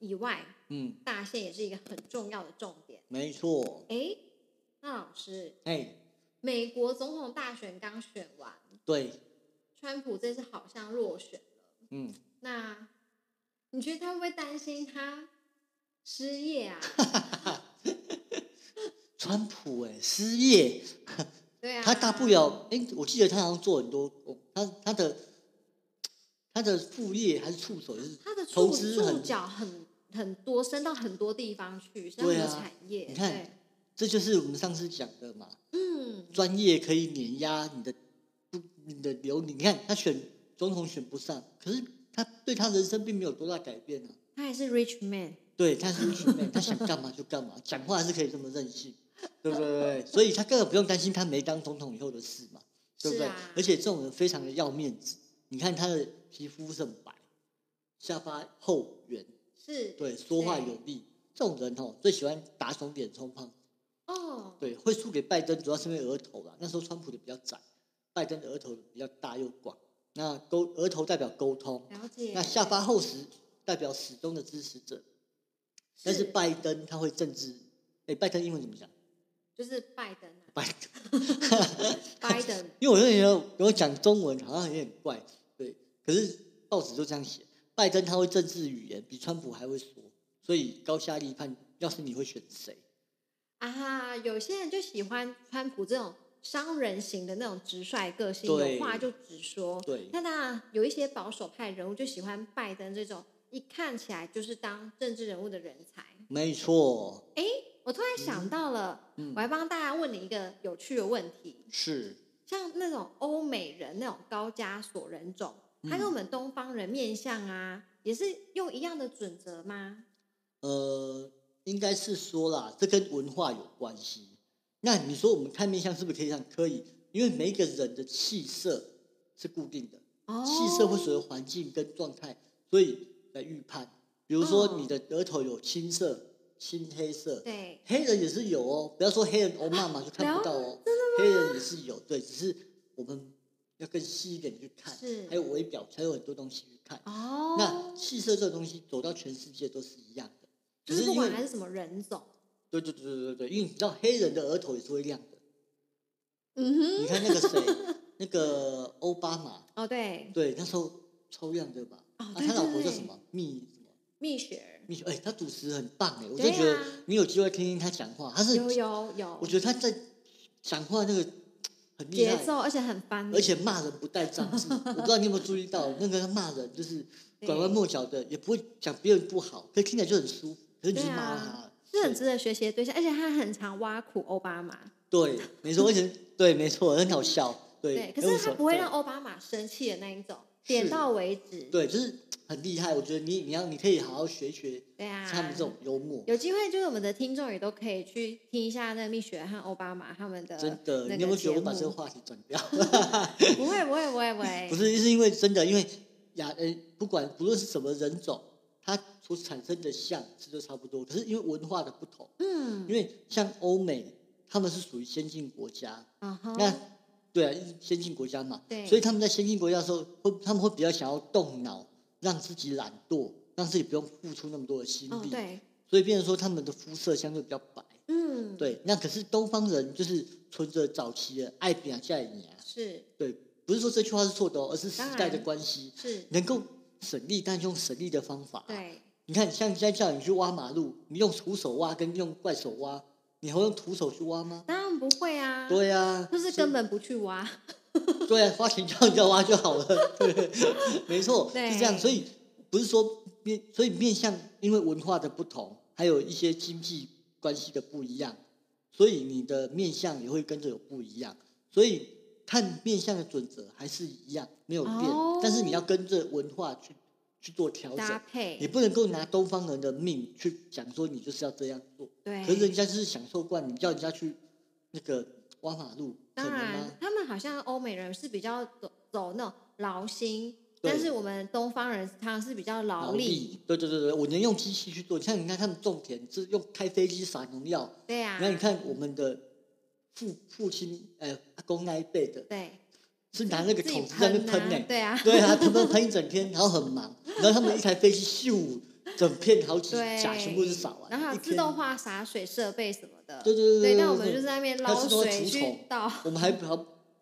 B: 以外，
A: 嗯，
B: 大限也是一个很重要的重点。
A: 没错。
B: 哎，那老师，
A: 哎，
B: 美国总统大选刚选完，
A: 对，
B: 川普这次好像落选了。
A: 嗯，
B: 那你觉得他会不会担心他失 业啊？
A: 川普哎、失业，
B: 对啊，
A: 他大不了哎、我记得他好像做很多工，他他的他的副业还是触手就是，
B: 他的
A: 投
B: 触
A: 资
B: 触
A: 很
B: 角很很多，伸到很多地方去，是他
A: 对
B: 们的
A: 啊
B: 产业。
A: 你看
B: 对
A: 这就是我们上次讲的嘛，
B: 嗯，
A: 专业可以碾压你的不你的流，你看他选总统选不上，可是他对他人生并没有多大改变啊。
B: 他也是 rich man，
A: 对，他是一群妹，他想干嘛就干嘛，讲话还是可以这么任性，对不对对对？所以他根本不用担心他没当总统以后的事嘛，对不
B: 是
A: 对？
B: 啊
A: 而且这种人非常的要面子，你看他的皮肤是很白，下巴厚圆，
B: 是，
A: 对，说话
B: 对
A: 有力，这种人哦最喜欢打肿脸充胖子，
B: 哦，
A: 对，会输给拜登，主要是因为额头啦，那时候川普的比较窄，拜登的额头比较大又广，那沟额头代表沟通，
B: 了解。
A: 那下巴厚实代表始终的支持者。但是拜登他会政治，哎、拜登英文怎么讲？
B: 就是拜 登啊，
A: 拜登，
B: 拜登
A: 因为我就觉得我讲中文好像有点怪，对。可是报纸就这样写，拜登他会政治语言比川普还会说，所以高下立判。要是你会选谁？
B: 啊哈，有些人就喜欢川普这种商人型的那种直率个性，
A: 对
B: 有话就直说。
A: 对
B: 那当然有一些保守派人物就喜欢拜登这种一看起来就是当政治人物的人才。
A: 没错，
B: 我突然想到了，
A: 嗯
B: 我来帮大家问你一个有趣的问题：
A: 是
B: 像那种欧美人那种高加索人种，他
A: 嗯
B: 跟我们东方人面相啊，也是用一样的准则吗？
A: 呃，应该是说啦，这跟文化有关系。那你说我们看面相是不是可以这样？可以，因为每一个人的气色是固定的。
B: 哦，
A: 气色会随着环境跟状态，所以来预判。比如说
B: 嗯
A: 你的额头有青色、青黑色，
B: 对，
A: 黑人也是有哦。不要说黑人欧妈妈就看不到哦，
B: 啊
A: 黑人也是有，对，只是我们要更细一点去看
B: 是，
A: 还有微表，还有很多东西去看。
B: 哦，
A: 那气色这个东西走到全世界都是一样的，
B: 就
A: 只
B: 是
A: 是
B: 不
A: 因为
B: 管他是什么人种，
A: 对对对对对对，因为你知道黑人的额头也是会亮的。
B: 嗯哼，
A: 你看那个 谁，那个奥巴马，
B: 哦对，
A: 对，那时候超亮对吧？
B: 哦
A: 啊，
B: 对
A: 他老
B: 对
A: 婆叫
B: 对
A: 什么？蜜什么？
B: 蜜雪儿
A: 蜜雪，哎、他主持很棒哎，我就
B: 对
A: 觉得
B: 啊
A: 你有机会听听他讲话，他是
B: 有有有
A: 我觉得他在讲话那个很厉
B: 节
A: 害，
B: 奏，而且很翻
A: 而且骂人不带脏字。我不知道你有没有注意到，那个骂人就是拐弯抹角的，也不会讲别人不好，可是听起来就很舒服，可是你就是
B: 对
A: 骂
B: 啊
A: 他。
B: 是很值得学习的对象，而且他很常挖苦奥巴马，
A: 对，没错，而且对，没错，很好笑。对哎
B: 对，，可
A: 很有
B: 是
A: 手
B: 他不会
A: 对
B: 让奥巴马生气的那一种，
A: 是
B: 点到为止，
A: 对，就是很厉害。我觉得你你要你可以好好学一学
B: 对啊，
A: 他们这种幽默，
B: 有机会，就是我们的听众也都可以去听一下那个蜜雪儿和奥巴马他们的
A: 真的。
B: 那
A: 你有没有
B: 个
A: 觉
B: 节
A: 得
B: 目。
A: 我把这个话题转掉？
B: 不会不会不会不会，
A: 不是，是因为真的，因为亚呃，不管不论是什么人种，它所产生的像是都差不多，可是因为文化的不同，
B: 嗯
A: 因，为像欧美他们是属于先进国家，
B: 啊哈，
A: 那对啊，先进国家嘛，
B: 对
A: 所以他们在先进国家的时候，会他们会比较想要动脑，让自己懒惰，让自己不用付出那么多的心
B: 哦
A: 力，
B: 对，
A: 所以变成说他们的肤色相对比较白。
B: 嗯，，
A: 对，那可是东方人就是存着早期的爱比啊、下你啊，
B: 是
A: 对，不是说这句话是错的哦，而是时
B: 当
A: 代的
B: 然
A: 关系，
B: 是，
A: 能够省力，但用省力的方法。，
B: 对，
A: 你看，像现在叫你去挖马路，你用徒手挖跟用怪手挖，你还会用徒手去挖吗？
B: 当然不会啊，
A: 对啊，
B: 就是根本不去挖，
A: 对啊，花钱叫人家挖就好了。对，没错，
B: 对
A: 是这样。所以不是说面，所以面向因为文化的不同，还有一些经济关系的不一样，所以你的面向也会跟着有不一样。所以看面向的准则还是一样，没有变，
B: 哦
A: 但是你要跟着文化去去做调
B: 搭
A: 整。你
B: 配，
A: 不能够拿东方人的命去讲说你就是要这样做，
B: 对，
A: 可是人家就是享受惯，你叫人家去那个挖马路，可
B: 当
A: 能
B: 然
A: 吗？，
B: 他们好像欧美人是比较走走那种劳心，
A: 对
B: 但是我们东方人常常是比较劳
A: 劳力，对对对对，我能用机器去做。像你看他们种田是用开飞机撒农药，
B: 对啊，
A: 那你看我们的父父亲呃阿公那一辈的
B: 对，
A: 是拿那个
B: 自己
A: 桶子在那边喷呢、
B: 啊，对 啊，
A: 对啊，他们喷一整天，然后很忙，然后他们一台飞机咻，整片好几
B: 对，
A: 甲全部都是撒完，
B: 然后还
A: 一
B: 有
A: 天
B: 自动化洒水设备什么的，
A: 对对对对
B: 那我
A: 对
B: 们
A: 对
B: 就在那边
A: 还有
B: 捞
A: 自动化
B: 水
A: 除
B: 去
A: 虫
B: 倒，
A: 我们还还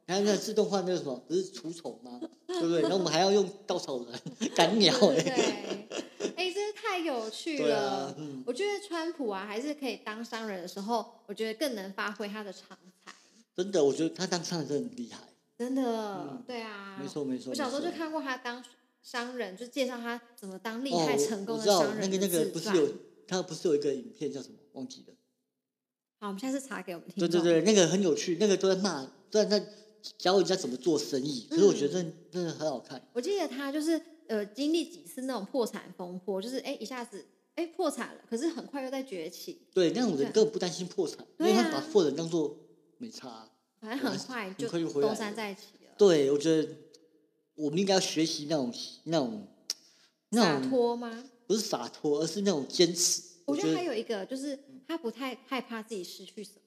A: 还有那个自动化那个什么，不是除虫 吗？对不对？然后我们还要用稻草人 赶鸟哎、
B: 对对，对哎，真是太有趣
A: 对啊
B: 了，。
A: 嗯，
B: 我觉得川普啊，还是可以当商人的时候，我觉得更能发挥他的长才，
A: 真的，我觉得他当商人真的很厉害，
B: 真的
A: 嗯，
B: 对啊，
A: 没错没错。
B: 我小时候
A: 没
B: 就
A: 错
B: 看过他当商人，就介绍他怎么当厉
A: 哦
B: 害
A: 我
B: 成功
A: 我
B: 的
A: 知道
B: 商人
A: 那个那
B: 的
A: 个
B: 自
A: 不是
B: 传
A: 有他不是有一个影片叫什么忘记了？
B: 好，我们下次查给我们听
A: 对
B: 众。
A: 对对，那个很有趣，那个都在骂，都在那教人家怎么做生意。可是我觉得
B: 嗯
A: 真真的很好看，
B: 我记得他就是呃经历几次那种破产风波，就是哎一下子哎破产了，可是很快又在崛起，
A: 对那种人根本不担心破产，因
B: 啊对
A: 为他
B: 啊
A: 把富人当做没差啊。
B: 反正很快就
A: 很快就回来
B: 东山再起了。
A: 对，我觉得我们应该要学习那种那种那
B: 洒
A: 种
B: 脱吗？
A: 不是洒脱，而是那种坚持。
B: 我
A: 觉
B: 觉得还有一个就是他不太害怕自己失去什么。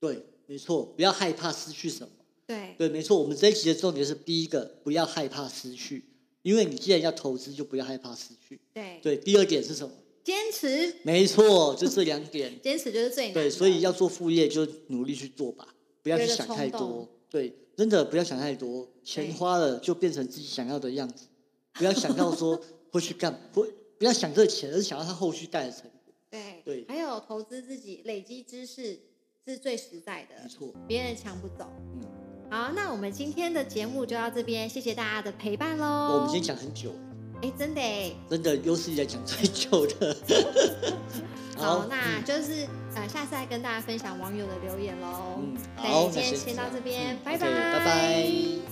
A: 对，没错，不要害怕失去什么。
B: 对，
A: 对，没错，我们这一集的重点是第一个，不要害怕失去，因为你既然要投资，就不要害怕失去。
B: 对，
A: 对，第二点是什么？
B: 坚持，
A: 没错，就这两点。
B: 坚持就是最难的。
A: 对，所以要做副业就努力去做吧，不要去想太
B: 不要有冲
A: 多。对，真的不要想太多，钱
B: 对
A: 花了就变成自己想要的样子，不要想到说会去干，不不要想这个钱，而是想要它后续带来的成果。
B: 对
A: 对
B: 还有投资自己，累积知识是最实在的
A: 没。错，
B: 别人抢不走。
A: 嗯，
B: 好，那我们今天的节目就到这边，谢谢大家的陪伴喽。
A: 哇我们今天讲很久，
B: 哎，真的哎，
A: 真的有史以来讲最久的。
B: 好，那
A: 嗯
B: 就是呃，下次再跟大家分享网友的留言喽。
A: 嗯
B: 对
A: 好那
B: 哦今天
A: 先
B: 先
A: 这
B: 到
A: 样
B: 这边，
A: 嗯
B: 拜
A: OK，拜拜